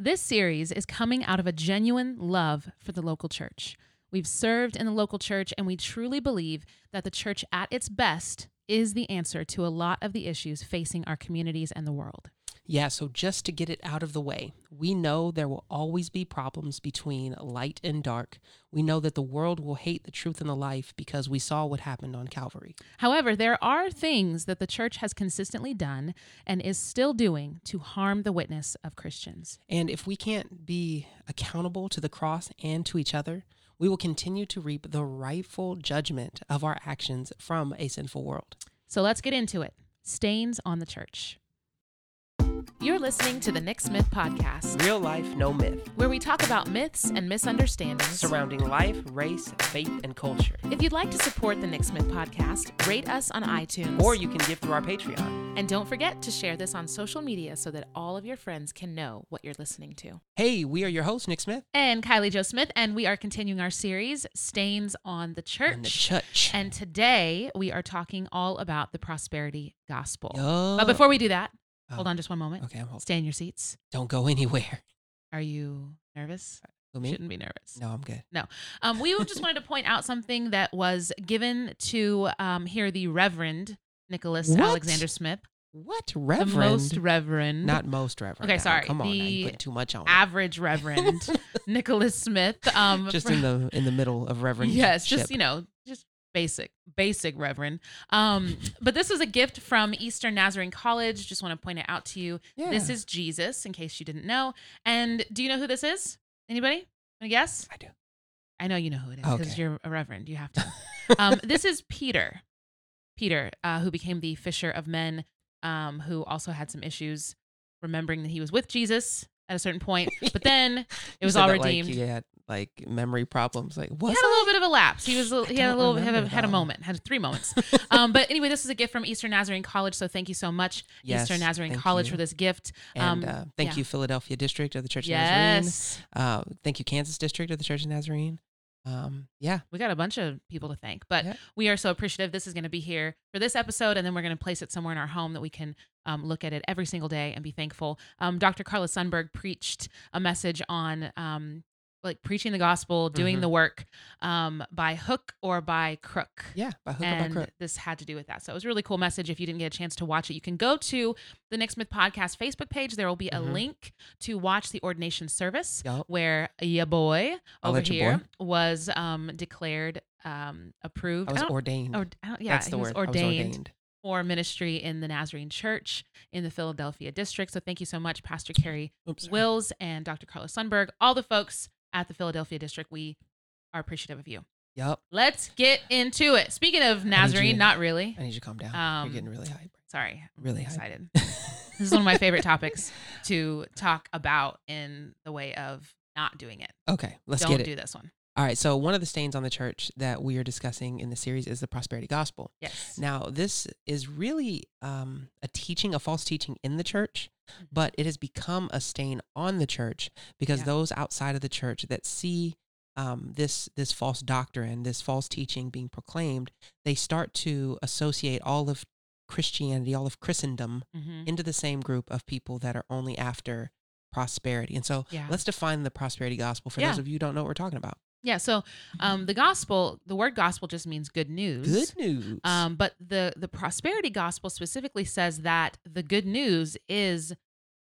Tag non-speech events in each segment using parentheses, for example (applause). This series is coming out of a genuine love for the local church. We've served in the local church, and we truly believe that the church at its best is the answer to a lot of the issues facing our communities and the world. Yeah, so just to get it out of the way, we know there will always be problems between light and dark. We know that the world will hate the truth and the life because we saw what happened on Calvary. However, there are things that the church has consistently done and is still doing to harm the witness of Christians. And if we can't be accountable to the cross and to each other, we will continue to reap the rightful judgment of our actions from a sinful world. So let's get into it. Stains on the church. You're listening to the Nick Smith Podcast, Real life, no myth, where we talk about myths and misunderstandings. surrounding life, race, faith, and culture. If you'd like to support the Nick Smith Podcast, rate us on iTunes. Or you can give through our Patreon. and don't forget to share this on social media so that all of your friends can know what you're listening to. Hey, we are your hosts, Nick Smith And Kylie Joe Smith, and we are continuing our series, Stains on the Church. and the Church. And today we are talking all about the prosperity gospel. Yo. But before we do that, Oh. hold on just one moment. okay, I'm holding. Stay in your seats. Don't go (laughs) anywhere. Are you nervous? Who, me? Shouldn't be nervous. No, I'm good. Um, we just wanted to point out something that was given to um, here the Reverend Nicholas What? Alexander Smith, What the reverend? most Reverend, Not most reverend. Okay, now. sorry, Come on, now, the you put too much on. it. average Reverend (laughs) Nicholas Smith. Um, just in the in the middle of reverend. (laughs) Yes, just you know, just basic, basic Reverend. Um, but this was a gift from Eastern Nazarene College. Just want to point it out to you. yeah. This is Jesus, in case you didn't know. And do you know who this is? Anybody? Wanna guess? I do. I know you know who it is because Okay. you're a reverend. You have (laughs) to. um, this is Peter. Peter, uh, who became the fisher of men, um, who also had some issues remembering that he was with Jesus at a certain point, but (laughs) then it You was said all that, like, redeemed. you had like memory problems. Like He what? had a little bit of a lapse. He was a- he had a don't little had a, remember had a that. moment, had three (laughs) moments. um, but anyway, this is a gift from Eastern Nazarene College, so thank you so much, Yes, Eastern Nazarene thank College, you. for this gift. And um, uh, thank yeah. you, Philadelphia District of the Church of Nazarene. yes, Uh, thank you, Kansas District of the Church of Nazarene. Um, yeah, we got a bunch of people to thank, but Yeah. we are so appreciative. This is going to be here for this episode, and then we're going to place it somewhere in our home that we can um, look at it every single day and be thankful. Um, Dr. Carla Sundberg preached a message on um, like preaching the gospel, doing Mhm. the work um, by hook or by crook. yeah. By hook or by and crook. this had to do with that. So it was a really cool message. If you didn't get a chance to watch it, you can go to the Nick Smith Podcast Facebook page. There will be a Mhm. link to watch the ordination service Yup. where ya boy I'll over let ya here boy. was um, declared um, approved. I was don't- ordained. or- I don't- yeah, That's the he word. was I was ordained, for ministry in the Nazarene Church in the Philadelphia district. So thank you so much, Pastor Carrie Oops, sorry. Wills and Dr. Carlos Sundberg, all the folks at the Philadelphia district. We are appreciative of you. Yup. Let's get into it. Speaking of you Nazarene, to- not really. I need you to calm down. Um, You're getting really hype. Sorry, I'm Really hype. excited. this is one of my favorite topics to talk about in the way of not doing it. (laughs) Okay, let's Don't get it. do this one. All right. So one of the stains on the church that we are discussing in the series is the prosperity gospel. Yes. Now, this is really um, a teaching, a false teaching in the church, but it has become a stain on the church because Mm-hmm. Yeah. those outside of the church that see um, this this false doctrine, this false teaching being proclaimed, they start to associate all of Christianity, all of Christendom, Mhm. into the same group of people that are only after prosperity. And so, Yeah. let's define the prosperity gospel for Yeah. those of you who don't know what we're talking about. Yeah. So um, the gospel, the word gospel just means good news. Good news. Mm-hmm. Um, but the the prosperity gospel specifically says that the good news is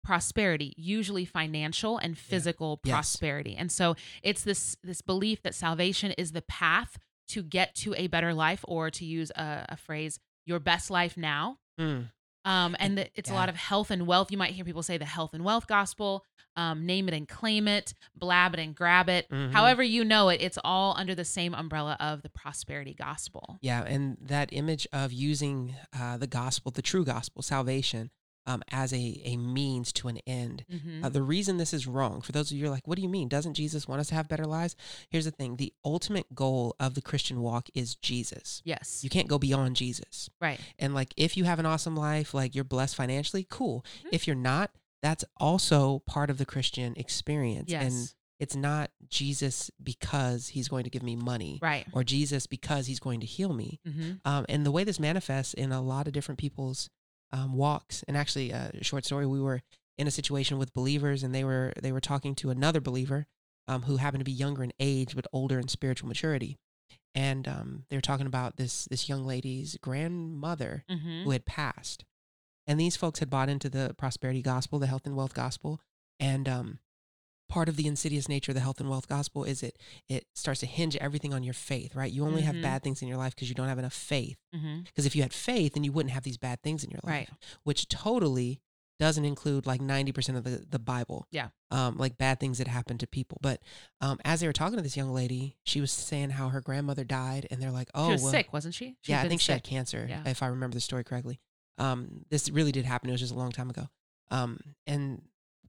prosperity, usually financial and physical Yes. prosperity. And so it's this this belief that salvation is the path to get to a better life, or to use a, a phrase, your best life now. Mm. Um, and And- that it's a lot yeah. of health and wealth. You might hear people say the health and wealth gospel, um, name it and claim it, blab it and grab it. Mhm. However, you know it, it's all under the same umbrella of the prosperity gospel. Yeah, and that image of using uh, the gospel, the true gospel, salvation, um, as a, a means to an end. Mhm. Uh, the reason this is wrong, for those of you who are like, what do you mean? Doesn't Jesus want us to have better lives? Here's the thing the ultimate goal of the Christian walk is Jesus. Yes. You can't go beyond Jesus. right. And like, if you have an awesome life, like you're blessed financially, cool. Mhm. If you're not, that's also part of the Christian experience. Yes. And it's not Jesus because he's going to give me money right. or Jesus because he's going to heal me hmm um, and the way this manifests in a lot of different people's um, walks. And actually, uh, a short story we were in a situation with believers, and they were they were talking to another believer um, who happened to be younger in age but older in spiritual maturity, and um, they were talking about this this young lady's grandmother Mm-hmm. who had passed, and these folks had bought into the prosperity gospel, the health and wealth gospel, and um, part of the insidious nature of the health and wealth gospel is it it starts to hinge everything on your faith, right? You only Mhm. have bad things in your life because you don't have enough faith. Mm-hmm. Because if you had faith, then you wouldn't have these bad things in your life. Right. Which totally doesn't include like 90% of the, the Bible. Yeah. Um, like bad things that happen to people. But um, as they were talking to this young lady, she was saying how her grandmother died. And they're like, oh, she was well, sick, wasn't she? She'd yeah, I been think she had sick. cancer, Yeah. if I remember the story correctly. Um, this really did happen. It was just a long time ago. Um, and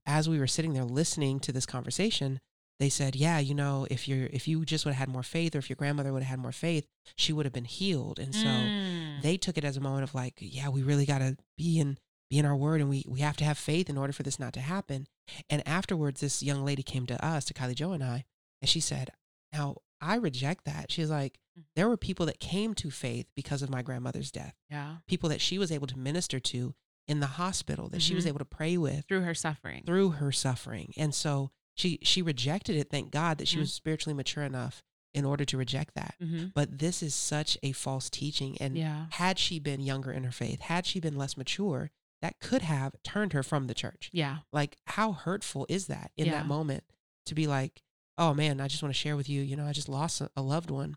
as we were sitting there listening to this conversation, they said, "Yeah, you know, if you're if you just would have had more faith, or if your grandmother would have had more faith, she would have been healed." And so Mm. they took it as a moment of like, "Yeah, we really got to be in be in our word, and we we have to have faith in order for this not to happen." And afterwards, this young lady came to us, to Kylie Joe and I, and she said, "Now I reject that." She's like, there were people that came to faith because of my grandmother's death, yeah. people that she was able to minister to in the hospital, that she was Mhm. able to pray with Through her suffering. through her suffering. And so she she rejected it, thank God that she Mhm. was spiritually mature enough in order to reject that. mm-hmm. But this is such a false teaching and Yeah. had she been younger in her faith, had she been less mature, that could have turned her from the church. Yeah. Like how hurtful is that in Yeah. that moment to be like, "Oh man, I just want to share with you, you know, I just lost a, a loved one."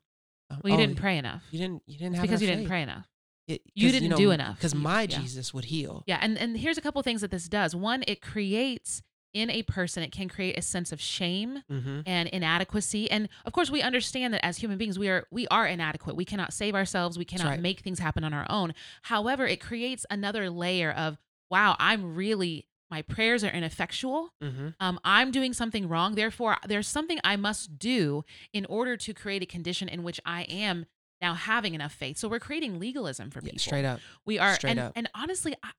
Um, Well, you "Oh, didn't pray enough. you didn't. You didn't It's have because enough you didn't faith. pray enough. It- You 'cause, didn't know, do enough. Because You- my yeah. Jesus would heal. Yeah, and and here's a couple things that this does. One, it creates in a person, it can create a sense of shame Mm-hmm. and inadequacy. And of course, we understand that as human beings, we are we are inadequate. We cannot save ourselves. We cannot right. make things happen on our own. However, it creates another layer of wow, I'm really my prayers are ineffectual. Mm-hmm. Um, I'm doing something wrong. Therefore, there's something I must do in order to create a condition in which I am now having enough faith. So we're creating legalism for people. straight up. We are, Straight and, up. and honestly, I,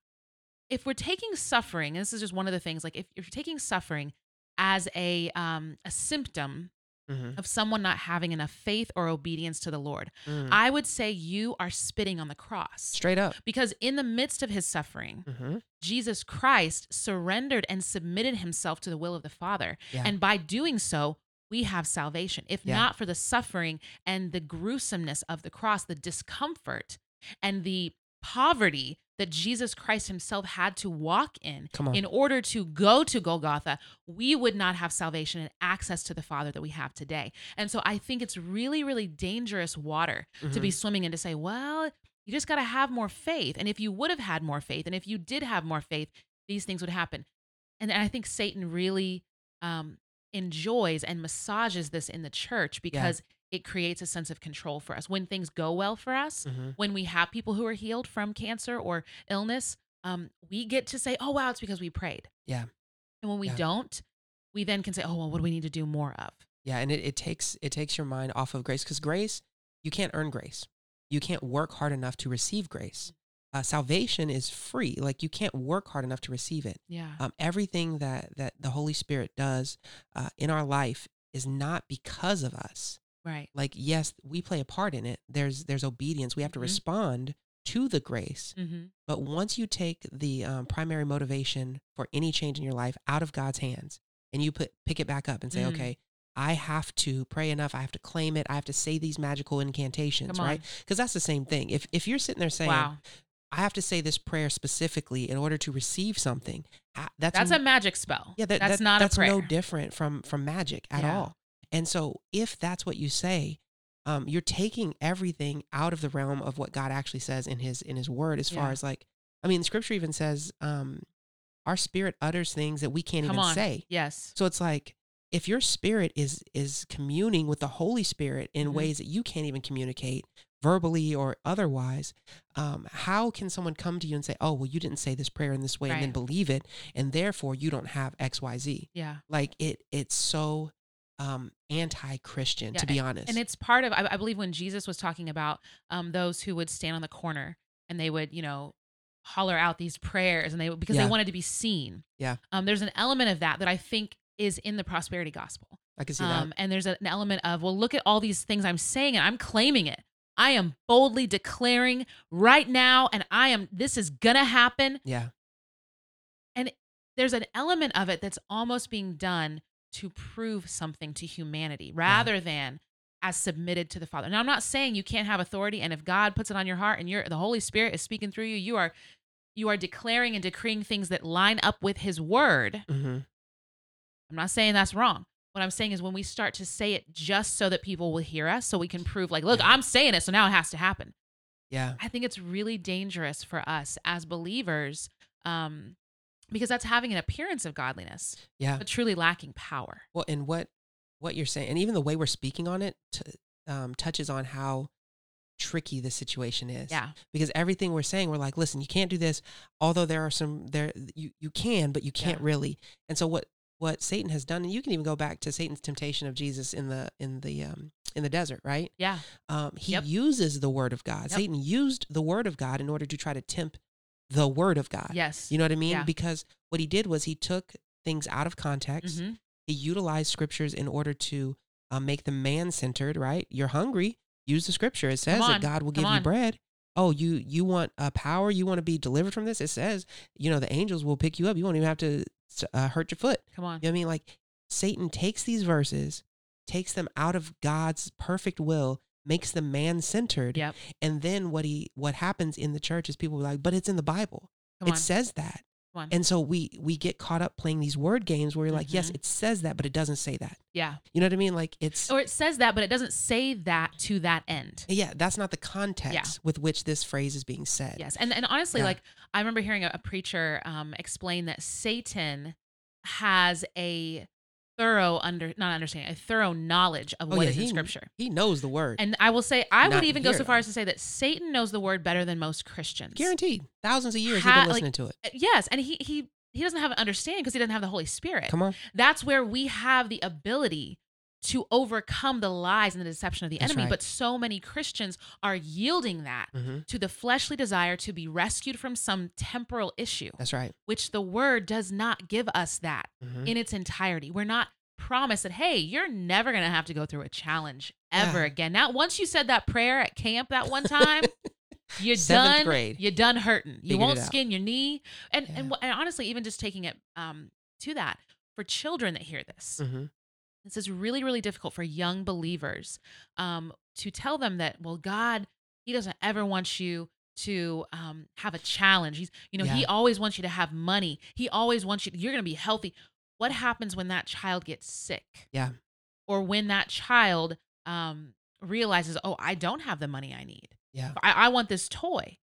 if we're taking suffering, and this is just one of the things, like if, if you're taking suffering as a um, a symptom Mm-hmm. of someone not having enough faith or obedience to the Lord, Mm. I would say you are spitting on the cross. mm-hmm. Straight up. Because in the midst of his suffering, Mm-hmm. Jesus Christ surrendered and submitted himself to the will of the Father. Yeah. And by doing so, we have salvation. If Yeah. not for the suffering and the gruesomeness of the cross, the discomfort and the poverty that Jesus Christ himself had to walk in Come on. in order to go to Golgotha, we would not have salvation and access to the Father that we have today. And so I think it's really, really dangerous water to be swimming in to say, well, you just got to have more faith. And if you would have had more faith, and if you did have more faith, these things would happen. And I think Satan really um, enjoys and massages this in the church because it creates a sense of control for us. When things go well for us, Mm-hmm. when we have people who are healed from cancer or illness, um, we get to say, oh, wow, it's because we prayed. Yeah. And when we Yeah. don't, we then can say, oh, well, what do we need to do more of? Yeah, and it, it takes it takes your mind off of grace because grace you can't earn grace. You can't work hard enough to receive grace. Uh, salvation is free. Like you can't work hard enough to receive it. Yeah. um, everything that that the Holy Spirit does uh, in our life is not because of us. right. Like yes, we play a part in it. There's there's obedience. We have to Mhm. respond to the grace. Mm-hmm. But once you take the um, primary motivation for any change in your life out of God's hands and you put pick it back up and say, Mm. okay, I have to pray enough. I have to claim it. I have to say these magical incantations, Come on. right? Because that's the same thing. If if you're sitting there saying, wow. I have to say this prayer specifically in order to receive something, I, that's That's a magic spell. yeah, that, that's that- not that's a prayer. no different from from magic at Yeah. all. And so, if that's what you say, um, you're taking everything out of the realm of what God actually says in His in His Word. As Yeah. far as like, I mean, Scripture even says, um, our spirit utters things that we can't Come even on. say. Yes. So it's like if your spirit is is communing with the Holy Spirit in Mhm. ways that you can't even communicate verbally or otherwise, um, how can someone come to you and say, "Oh, well, you didn't say this prayer in this way," and then Right. believe it, and therefore you don't have X, Y, Z? Yeah. Like it, it's so um, anti-Christian Yeah, to be honest. And it's part of, I, I believe, when Jesus was talking about um, those who would stand on the corner and they would, you know, holler out these prayers and they would, because Yeah. they wanted to be seen. Yeah. Um, there's an element of that that I think is in the prosperity gospel. I can see Um, and there's an element of, well, look at all these things I'm saying and I'm claiming it. I am boldly declaring right now, and I am, this is gonna happen. that. Yeah, there's an element of it that's almost being done to prove something to humanity rather than as submitted to the Father. Now, I'm not saying you can't have authority, and if God puts it on your heart and you're, the Holy Spirit is speaking through you, you are you are declaring and decreeing things that line up with His Word. Mm-hmm. I'm not saying that's wrong. What I'm saying is when we start to say it just so that people will hear us, so we can prove, like, look, Yeah. I'm saying it, so now it has to happen. Yeah. I think it's really dangerous for us as believers um, because that's having an appearance of godliness, Yeah. but truly lacking power. Well, and what what you're saying, and even the way we're speaking on it, t- um, touches on how tricky the situation is. Yeah. Because everything we're saying, we're like, listen, you can't do this. Although there are some there, you you can, but you can't Yeah. really. And so what what Satan has done, and you can even go back to Satan's temptation of Jesus in the in the um in the desert, right? Yeah. Um, he Yep. uses the word of God. Yep. Satan used the word of God in order to try to tempt the word of God. Yes. You know what I mean? Yeah. Because what he did was he took things out of context Mhm. he utilized scriptures in order to uh, make them man centered, right? You're hungry, use the scripture. It says on, that God will come give you on. bread. Oh, you you want uh, power? You want to be delivered from this? It says, you know, the angels will pick you up. You won't even have to uh, hurt your foot. Come on. You know what I mean? Like Satan takes these verses, takes them out of God's perfect will, makes them man centered, Yep. and then what he what happens in the church is people are like, but it's in the Bible. Come it on. says that. Come on. And so we we get caught up playing these word games where you're like, yes, Mhm. it says that, but it doesn't say that. yeah. You know what I mean? Like it's Or it says that, but it doesn't say that to that end. yeah, that's not the context with which this phrase is being said. Yes. And and honestly, Yeah. like I remember hearing a, a preacher um, explain that Satan has a thorough under not understanding, a thorough knowledge of Oh, what yeah, is in he- scripture. He knows the word. And I will say, I would Not even go here, so far though. as to say that Satan knows the word better than most Christians. Guaranteed. Thousands of years Ha- he's been like- listening to it. Yes, and he he he doesn't have an understanding because he doesn't have the Holy Spirit. Come on. That's where we have the ability to overcome the lies and the deception of the That's enemy. right. But so many Christians are yielding that hmm to the fleshly desire to be rescued from some temporal issue, That's right. which the Word does not give us that Mhm. in its entirety. We're not promised that hey, you're never gonna have to go through a challenge ever Yeah. again. Now, once you said that prayer at camp that one (laughs) time, you're Seventh done. grade. You're done hurting. You Figured won't it out. skin your knee. And Yeah. and wh- and honestly, even just taking it um to that for children that hear this, Mhm. this is really really difficult for young believers um to tell them that well God He doesn't ever want you to um have a challenge. He's you know He Yeah. always wants you to have money. He always wants you. You're gonna be healthy. What happens when that child gets sick? Yeah. Or when that child um realizes, oh, I don't have the money I need. Yeah. I, I want this toy.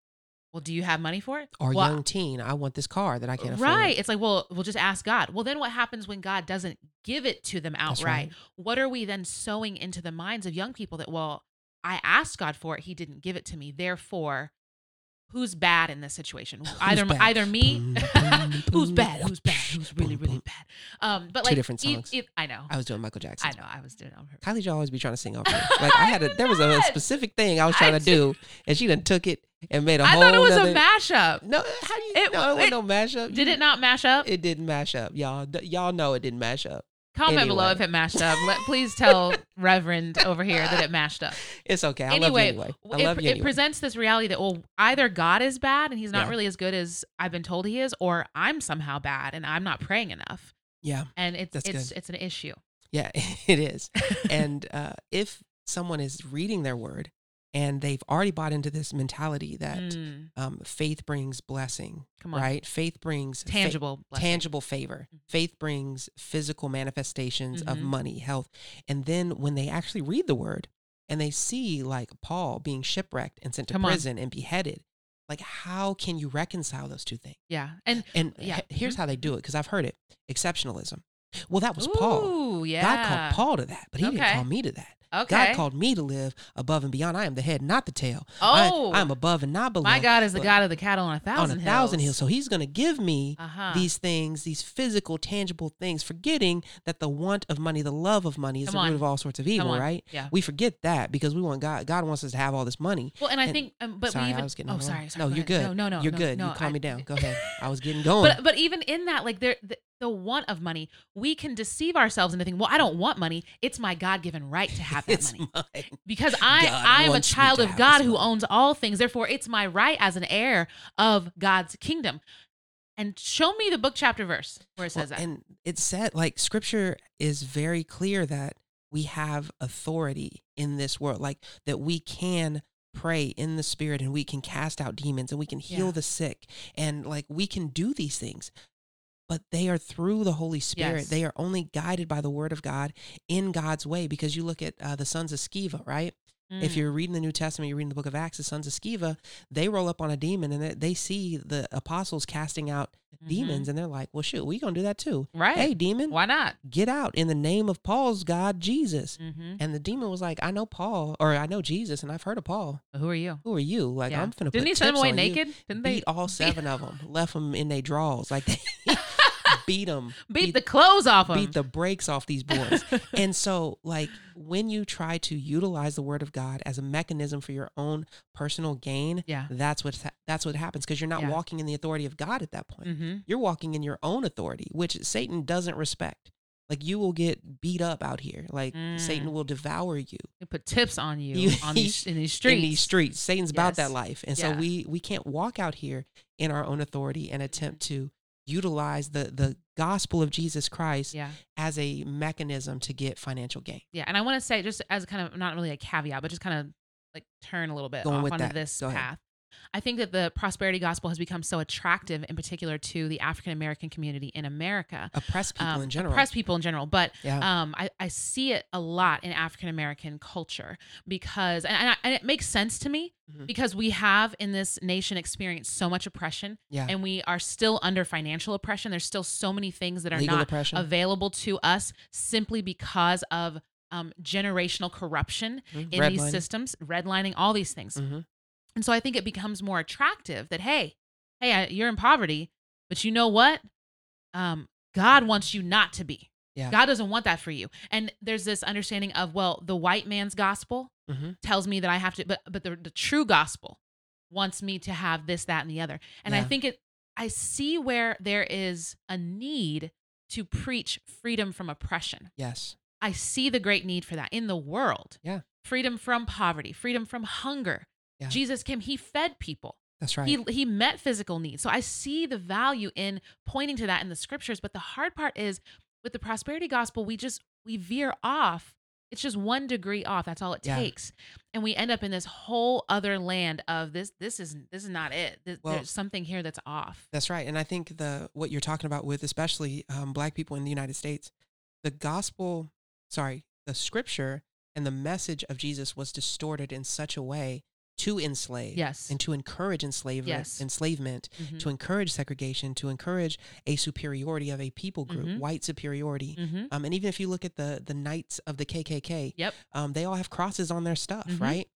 Well, do you have money for it? Or well, young teen, I want this car that I can't afford. right. It's like, well, we'll just ask God. Well, then what happens when God doesn't give it to them That's outright? What are we then sowing into the minds of young people that, well, I asked God for it, He didn't give it to me. Therefore, who's bad in this (sighs) situation? Either bad? either me, Boom, boom, (laughs) who's boom, bad, who's bad, boom, who's really boom, really boom. bad. Um, but Two like different if- songs. if- I know, I was doing Michael Jackson. I know, I was doing it on purpose. Kylie Joe always be trying (laughs) to sing over me. Like I had a there was a not. specific thing I was I trying did- to do, and she done took it and made a I whole. thought it was nother- a mashup. No, how do you? It- no, it, it- wasn't no mashup. Did You- it not mash up? It didn't mash up, y'all. D- Y'all know it didn't mash up. Comment below if Anyway. it mashed up. Let, please (laughs) tell Reverend over here that it mashed up. It's okay. I anyway, love you anyway. I it, love you it anyway. presents this reality that well, either God is bad and He's not Yeah. really as good as I've been told He is, or I'm somehow bad and I'm not praying enough, yeah, (laughs) and it's That's it's it's an issue. yeah, it is. (laughs) and uh, if someone is reading their word and they've already bought into this mentality that Mm, um, faith brings blessing, come on, right? Faith brings fa- tangible, blessing. tangible favor. Mhm. Faith brings physical manifestations of Mhm. money, health. And then when they actually read the word and they see like Paul being shipwrecked and sent to Come on. prison and beheaded, like how can you reconcile those two things? yeah, and And Yeah. Mm-hmm. he- here's how they do it because I've heard it exceptionalism. Well, that was Paul. Ooh, yeah, God called Paul to that, but he Okay. didn't call me to that. Okay, God called me to live above and beyond. I am the head, not the tail. oh, I, am above and not below. my God is the but God of the cattle on a on thousand a thousand hills. So he's going to give me uh-huh. these things, these physical, tangible things, forgetting that the want of money, the love of money is Come the on. root of all sorts of Come evil, on. right? Yeah. We forget that because we want God. God wants us to have all this money. Well, and I and- think, um, but sorry, we even. I was getting. oh, on one. sorry, sorry. No, go you're ahead. good. No, no, no, you're good. No, you calm I- (laughs) me down. Go ahead. I was getting going. But but even in that, like there, the, the want of money, we can deceive ourselves into thinking, well, I don't want money. It's my God given right to have that (laughs) it's money mine. because I God I am a wants me child to of have God this who money. owns all things. Therefore, it's my right as an heir of God's kingdom. and show me the book chapter verse where it Well, says that. And it said, like, scripture is very clear that we have authority in this world, like, that we can pray in the spirit and we can cast out demons and we can heal Yeah. the sick and, like, we can do these things. But they are through the Holy Spirit. Yes. They are only guided by the Word of God in God's way. Because you look at uh, the sons of Sceva, right? If Mm. you're reading the New Testament, you're reading the book of Acts, the sons of Sceva, they roll up on a demon and they, they see the apostles casting out Mhm. demons and they're like, well, shoot, we going to do that too. right? Hey, demon, Why not? get out in the name of Paul's God, Jesus. Mm-hmm. And the demon was like, I know Paul, or I know Jesus, and I've heard of Paul. Who are you? Who are you? Like, Yeah. I'm finna Didn't put he send them tips away on you." naked? Didn't they beat all seven of them, left them in their (laughs) drawers. Like, (laughs) they beat them, beat the clothes off them? beat the brakes off (laughs) these boys. and so, like, when you try to utilize the Word of God as a mechanism for your own personal gain, (laughs) yeah. that's what that's what happens because you're not Yeah. walking in the authority of God at that point Mm-hmm. you're walking in your own authority, which Satan doesn't respect. Like you will get beat up out here. Like Mm. Satan will devour you They put tips on you, You- (laughs) on these in these streets. in these streets. Satan's about that Yes. life, and Yeah. so we we can't walk out here in our own authority and Mm. attempt to utilize the the gospel of Jesus Christ Yeah. as a mechanism to get financial gain. Yeah. And I want to say, just as kind of not really a caveat, but just kind of like turn a little bit Going off with onto that. this Go path. ahead. I think that the prosperity gospel has become so attractive, in particular to the African American community in America, Oppress people um, in general. oppressed people in general. But yeah. um, I, I see it a lot in African American culture because, and, and, I, and it makes sense to me Mhm. because we have in this nation experienced so much oppression yeah. and we are still under financial oppression. There's still so many things that are Legal not oppression. available to us simply because of um, generational corruption Mhm. in Redlining. these systems, redlining, all these things. Mhm. And so I think it becomes more attractive that, hey, hey, I, you're in poverty, but you know what? Um, God wants you not to be. Yeah. God doesn't want that for you. And there's this understanding of, well, the white man's gospel Mhm. tells me that I have to, but but the, the true gospel wants me to have this, that, and the other. And I Yeah. think it, I see where there is a need to preach freedom from oppression. Yes. I see the great need for that in the world. Yeah. Freedom from poverty, freedom from hunger. Yeah. Jesus came, he fed people. That's right. He he met physical needs. So I see the value in pointing to that in the scriptures, but the hard part is with the prosperity gospel, we just we veer off. It's just one degree off. That's all it Yeah. takes. And we end up in this whole other land of this this is this is not it. This, Well- there's something here that's off. That's right. And I think the what you're talking about with especially um, black people in the United States, the gospel, sorry, the scripture and the message of Jesus was distorted in such a way to enslave Yes. and to encourage enslavement, Yes. enslavement, Mhm. to encourage segregation, to encourage a superiority of a people group, Mhm. white superiority. Mhm. Um, and even if you look at the the knights of the KKK, Yep. um, they all have crosses on their stuff, Mhm. right?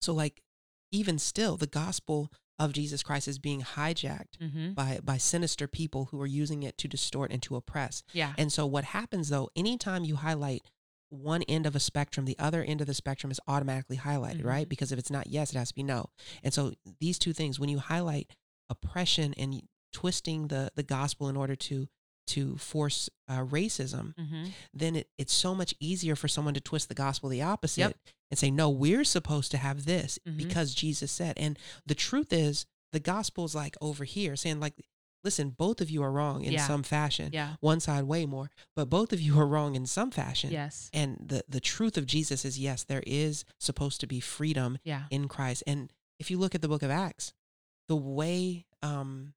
So like, even still, the gospel of Jesus Christ is being hijacked Mhm. by by sinister people who are using it to distort and to oppress. Yeah. And so what happens though, anytime you highlight one end of a spectrum, the other end of the spectrum is automatically highlighted, right? Mhm. Because if it's not yes, it has to be no. And so these two things, when you highlight oppression and y- twisting the the gospel in order to to force uh, racism, Mhm. then it, it's so much easier for someone to twist the gospel the opposite and say, no, we're supposed to have this Mhm. because Jesus said. And the truth is, the gospel's like over here saying, like, listen, both of you are wrong in Yeah. some fashion. Yeah. One side way more, but both of you are wrong in some fashion. Yes. And the, the truth of Jesus is, yes, there is supposed to be freedom Yeah. in Christ. And if you look at the book of Acts, the way um,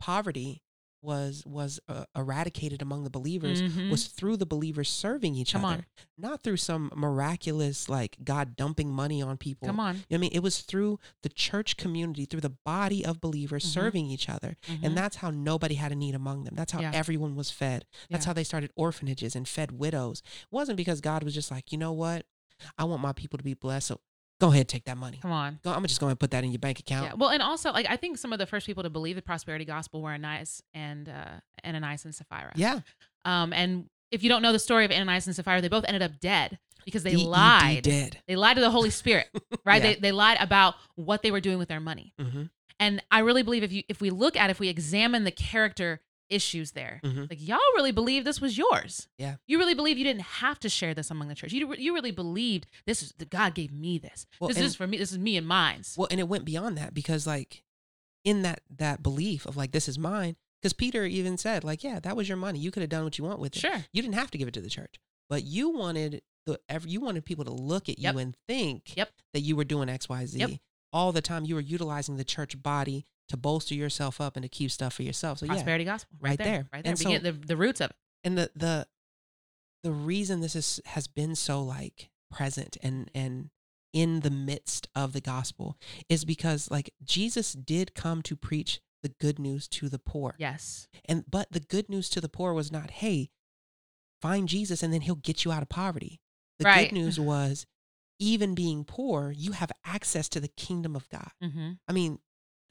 poverty was was uh, eradicated among the believers Mhm. was through the believers serving each Come on. other, not through some miraculous like God dumping money on people. Come on. You know what I mean, it was through the church community, through the body of believers Mhm. serving each other. Mhm. And that's how nobody had a need among them. That's how Yeah. everyone was fed. That's Yeah. how they started orphanages and fed widows. It wasn't because God was just like, you know what? I want my people to be blessed. So go ahead, take that money. Come on. Go, I'm just going to put that in your bank account. Yeah. Well, and also like I think some of the first people to believe the prosperity gospel were Ananias and uh, Ananias and Sapphira. Yeah. Um, and if you don't know the story of Ananias and Sapphira, they both ended up dead because they DED lied. E Dead. They lied to the Holy (laughs) Spirit, right? Yeah. They they lied about what they were doing with their money. hmm And I really believe if you if we look at if we examine the character issues there, hmm like y'all really believe this was yours. Yeah. You really believe you didn't have to share this among the church. You you really believed this is that God gave me this. Well, this and- is for me. This is me and mine's. Well, and it went beyond that because like in that that belief of like this is mine because peter even said like yeah that was your money you could have done what you want with it Sure. you didn't have to give it to the church but you wanted the ev- you wanted people to look at Yep. you and think Yep. that you were doing xyz Yep. all the time you were utilizing the church body to bolster yourself up and to keep stuff for yourself so yeah Prosperity gospel. Right, right there. there. Right there. And we so- get the, the roots of it. and the the the reason this is has been so like present and and in the midst of the gospel is because like Jesus did come to preach the good news to the poor. Yes. And but the good news to the poor was not, hey, find Jesus and then he'll get you out of poverty. The Right. good news was even being poor, you have access to the kingdom of God. Mm-hmm. I mean,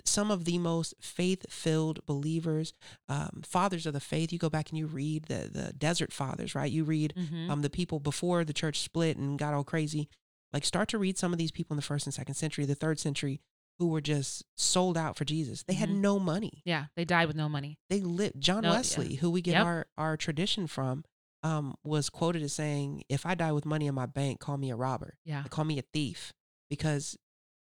some of the most faith-filled believers, um, fathers of the faith. You go back and you read the the desert fathers, right? You read Mm-hmm. um, the people before the church split and got all crazy. Like, start to read some of these people in the first and second century, the third century, who were just sold out for Jesus. They had Mhm. no money. yeah. They died with no money. They lived. John No, yeah. Wesley, who we get Yep. our our tradition from, um, was quoted as saying, "If I die with money in my bank, call me a robber." Yeah. They uh, call me a thief because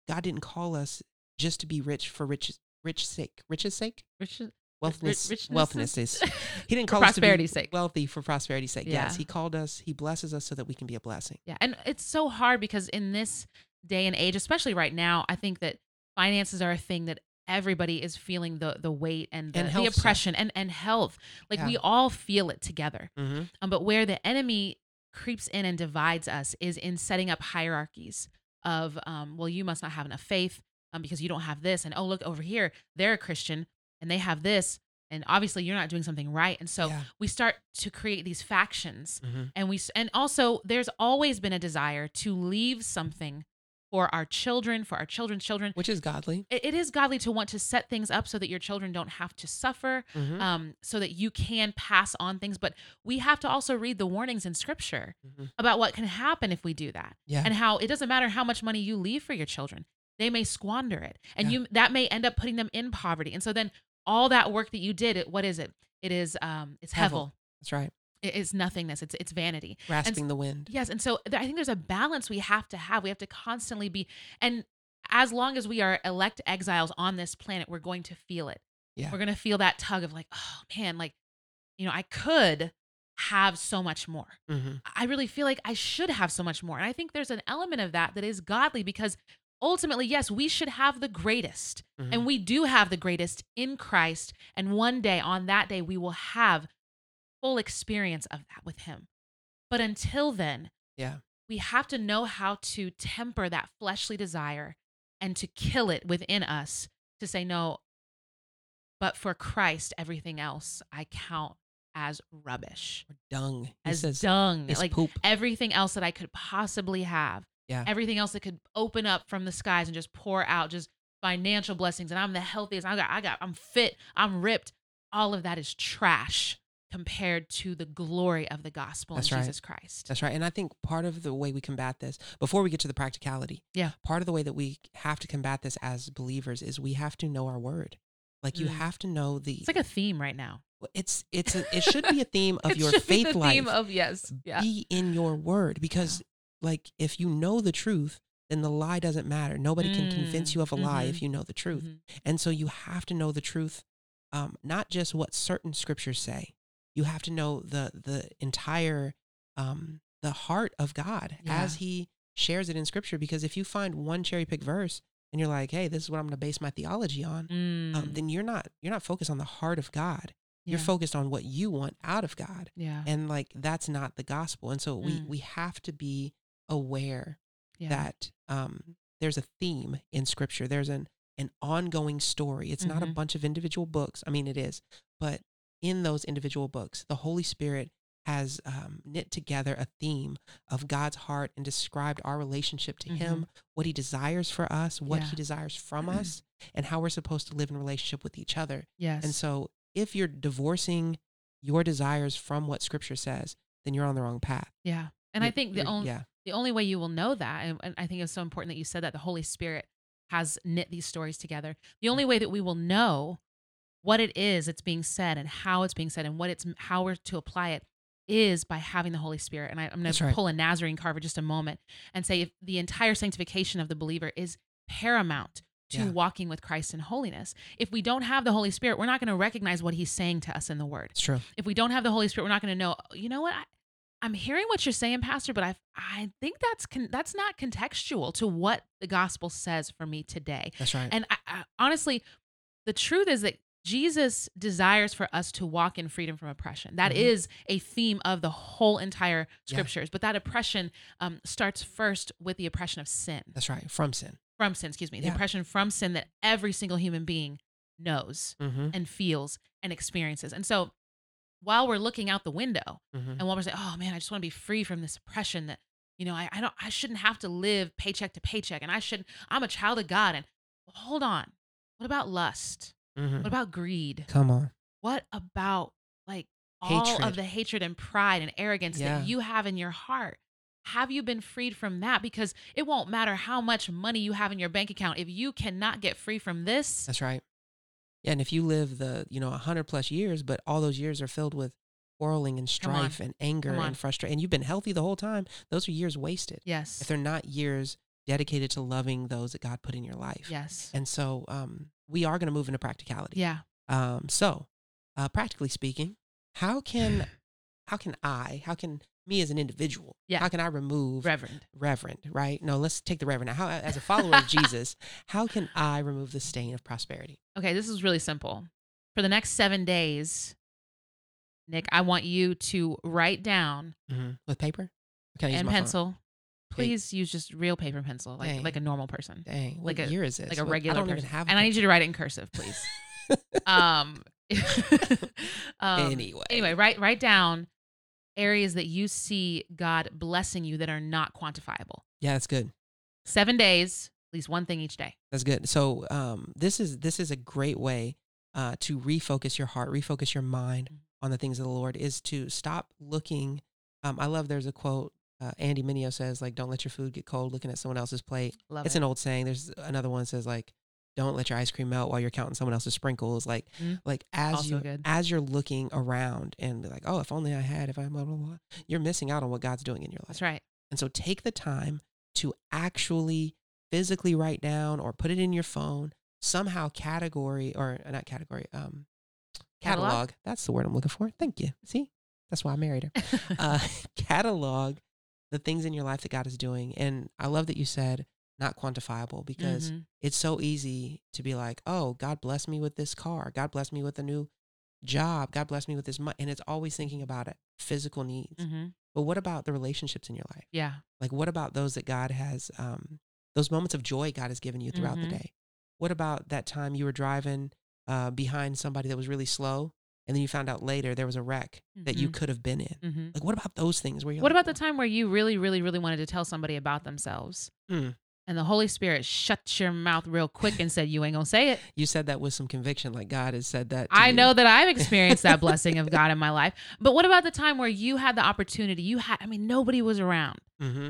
God didn't call us just to be rich for riches, rich sake, riches sake, Rich, wealthness, richness- wealthness is. He (laughs) didn't For call us to be prosperity's sake. wealthy for prosperity's sake. Yes, Yeah. He called us. He blesses us so that we can be a blessing. Yeah, and it's so hard because in this day and age, especially right now, I think that finances are a thing that everybody is feeling the the weight and the, And the health stuff. oppression and and health. Like we Yeah. all feel it together. Mm-hmm. Um, but where the enemy creeps in and divides us is in setting up hierarchies of, um, well, you must not have enough faith um, because you don't have this, and oh look over here, they're a Christian and they have this, and obviously you're not doing something right, and so yeah. we start to create these factions Mhm. and we s- and also there's always been a desire to leave something for our children for our children's children which is godly. It- it is godly to want to set things up so that your children don't have to suffer Mhm. um, so that you can pass on things but we have to also read the warnings in scripture Mhm. about what can happen if we do that Yeah. and how it doesn't matter how much money you leave for your children they may squander it and Yeah. you that may end up putting them in poverty and so then all that work that you did it, what is it it is um it's Hevel. hevel That's right. it is nothingness it's it's vanity Grasping the wind. Yes, and so there, I think there's a balance we have to have. We have to constantly be, and as long as we are elect exiles on this planet, we're going to feel it. Yeah. We're going to feel that tug of like, oh man, like, you know, I could have so much more. Mm-hmm. I really feel like I should have so much more. And I think there's an element of that that is godly because ultimately, yes, we should have the greatest. Mm-hmm. And we do have the greatest in Christ. And one day, on that day, we will have full experience of that with Him. But until then, Yeah. we have to know how to temper that fleshly desire and to kill it within us to say, no, but for Christ, everything else I count as rubbish, Or dung. He as says dung. it's Like poop. everything else that I could possibly have, Yeah. everything else that could open up from the skies and just pour out just financial blessings. And I'm the healthiest. I got, I got, I'm fit. I'm ripped. All of that is trash compared to the glory of the gospel That's in right. Jesus Christ. That's right. And I think part of the way we combat this, before we get to the practicality, Yeah. part of the way that we have to combat this as believers is we have to know our word. Like you Mm. have to know the It's like a theme right now. it's it's a, it should (laughs) be a theme of It your should be faith the life. Theme of yes, yeah, Be in your word because like if you know the truth, then the lie doesn't matter. Nobody can Mm, convince you of a lie mhm, if you know the truth. Mhm. And so you have to know the truth, um, not just what certain scriptures say. You have to know the the entire um, the heart of God Yeah. as He shares it in Scripture. Because if you find one cherry pick verse and you're like, "Hey, this is what I'm going to base my theology on," um, Mm, then you're not you're not focused on the heart of God. You're yeah, focused on what you want out of God, yeah, and like that's not the gospel. And so we Mm. we have to be aware yeah. that um, there's a theme in scripture there's an an ongoing story it's not a Mhm. bunch of individual books i mean it is but in those individual books the holy spirit has um, knit together a theme of god's heart and described our relationship to Mhm. him what he desires for us what Yeah. Mm-hmm. he desires from us and how we're supposed to live in relationship with each other yes, and so if you're divorcing your desires from what scripture says then you're on the wrong path yeah. And I You're- think the you're- only yeah the only way you will know that, and, and I think it's so important that you said that the Holy Spirit has knit these stories together. The Mm-hmm. only way that we will know what it is that's being said and how it's being said and what it's how we're to apply it is by having the Holy Spirit. And I, I'm going That's to right. pull a Nazarene card for just a moment and say if the entire sanctification of the believer is paramount to Yeah. walking with Christ in holiness. If we don't have the Holy Spirit, we're not going to recognize what he's saying to us in the word. It's true. If we don't have the Holy Spirit, we're not going to know, you know what? I, I'm hearing what you're saying, pastor, but I I think that's con- that's not contextual to what the gospel says for me today. That's right. And I, I, honestly, the truth is that Jesus desires for us to walk in freedom from oppression. That Mhm. is a theme of the whole entire Yeah. scriptures. But that oppression um, starts first with the oppression of sin, That's right. From sin. from sin, excuse me, the Yeah. oppression from sin that every single human being knows Mm-hmm. and feels and experiences. And so while we're looking out the window Mm-hmm. and while we're saying, oh man, I just want to be free from this oppression that, you know, I, I don't, I shouldn't have to live paycheck to paycheck and I shouldn't, I'm a child of God. And hold on. What about lust? Mm-hmm. What about greed? Come on. What about like all of Hatred. the hatred and pride and arrogance Yeah. that you have in your heart? Have you been freed from that? Because it won't matter how much money you have in your bank account. If you cannot get free from this, That's right. Yeah, and if you live the, you know, 100 plus years, but all those years are filled with quarreling and Come on. strife and anger Come on. and frustration, and you've been healthy the whole time, those are years wasted. If yes, they're not years dedicated to loving those that God put in your life. yes, And so um, we are going to move into practicality. yeah, Um, so uh, practically speaking, how can, how can I, how can me as an individual, Yeah. how can I remove Reverend. reverend, right? No, let's take the reverend. out. How, as a follower (laughs) of Jesus, how can I remove the stain of prosperity? Okay, this is really simple. For the next seven days, Nick, I want you to write down With paper? Or Can I Mm-hmm. use and my phone? pencil. Please use just real paper and pencil, like Dang. like a normal person, Dang, what like a- year is this? like a What- regular I don't person. even have. and I need you to write it in cursive, please. (laughs) um, (laughs) um, Anyway. anyway, write write down areas that you see God blessing you that are not quantifiable. yeah, that's good. Seven days, at least one thing each day. That's good. So um, this is this is a great way uh, to refocus your heart, refocus your mind Mhm. on the things of the Lord. Is to stop looking. Um, I love. There's a quote. Uh, Andy Mineo says like, "Don't let your food get cold looking at someone else's plate." Love it's it. an old saying. There's another one that says like, "Don't let your ice cream melt while you're counting someone else's sprinkles." Like, Mm. like as Also you good. as you're looking around and be like, "Oh, if only I had," if I blah blah blah, you're missing out on what God's doing in your life. That's (laughs) right. And so take the time to actually physically write down or put it in your phone somehow category or uh, not category um Catalog? catalog, that's the word I'm looking for. Thank you. See? That's why I married her. Uh, (laughs) catalog the things in your life that God is doing. And I love that you said not quantifiable because Mhm. it's so easy to be like, oh, God bless me with this car. God bless me with a new job. God bless me with this money. And it's always thinking about it, physical needs. Mhm. But what about the relationships in your life? yeah, Like, what about those that God has, um, those moments of joy God has given you throughout Mhm. the day? What about that time you were driving uh, behind somebody that was really slow and then you found out later there was a wreck that Mm-hmm. you could have been in? hmm Like, what about those things where you're What like, about the time where you really, really, really wanted to tell somebody about themselves, Hmm. and the Holy Spirit shut your mouth real quick and said, "You ain't gonna say (laughs) it." You said that with some conviction, like God has said that. to I you. know that I've experienced that blessing of (laughs) God in my life. But what about the time where you had the opportunity? You had, I mean, nobody was around. Mm-hmm.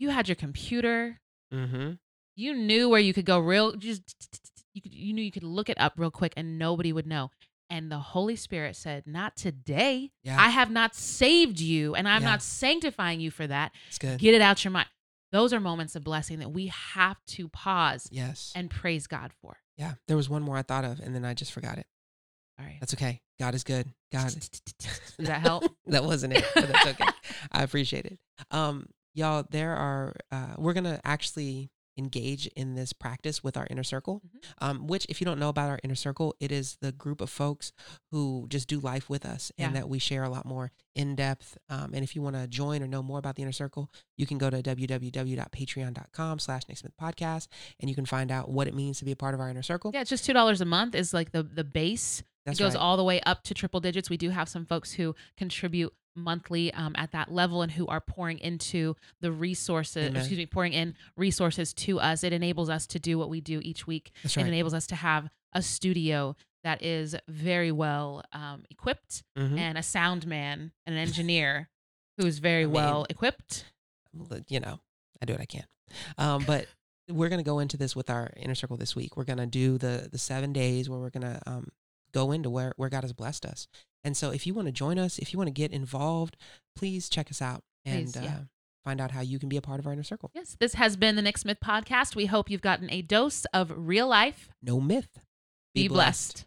You had your computer. Mm-hmm. You knew where you could go real. Just you, could, you knew you could look it up real quick, and nobody would know. And the Holy Spirit said, "Not today. Yeah, I have not saved you, and I'm Yeah. not sanctifying you for that. it's good. Get it out your mind." Those are moments of blessing that we have to pause yes. and praise God for. yeah. There was one more I thought of, and then I just forgot it. All right. That's okay. God is good. God. (laughs) Does that help? (laughs) that wasn't it, but that's okay. I appreciate it. Um, y'all, there are uh, we're gonna actually engage in this practice with our inner circle. Mhm. Um, which, if you don't know about our inner circle, it is the group of folks who just do life with us, and Yeah. that we share a lot more in depth. Um, and if you want to join or know more about the inner circle, you can go to www.patreon.com/slash Nick Smith Podcast, and you can find out what it means to be a part of our inner circle. Yeah, it's just two dollars a month is like the the base. That's it goes right. all the way up to triple digits. We do have some folks who contribute monthly um, at that level and who are pouring into the resources. Amen. Excuse me, pouring in resources to us. It enables us to do what we do each week. That's It right. enables us to have a studio that is very well um, equipped Mhm. and a sound man and an engineer who is very I mean, well equipped. li- you know, I do what I can. Um, but we're gonna go into this with our inner circle this week. We're gonna do the the seven days where we're gonna um, go into where where God has blessed us. And so, if you want to join us, if you want to get involved, please check us out. And Please, yeah. uh, find out how you can be a part of our inner circle. Yes, this has been the Nick Smith podcast. We hope you've gotten a dose of real life. No myth. Be, blessed.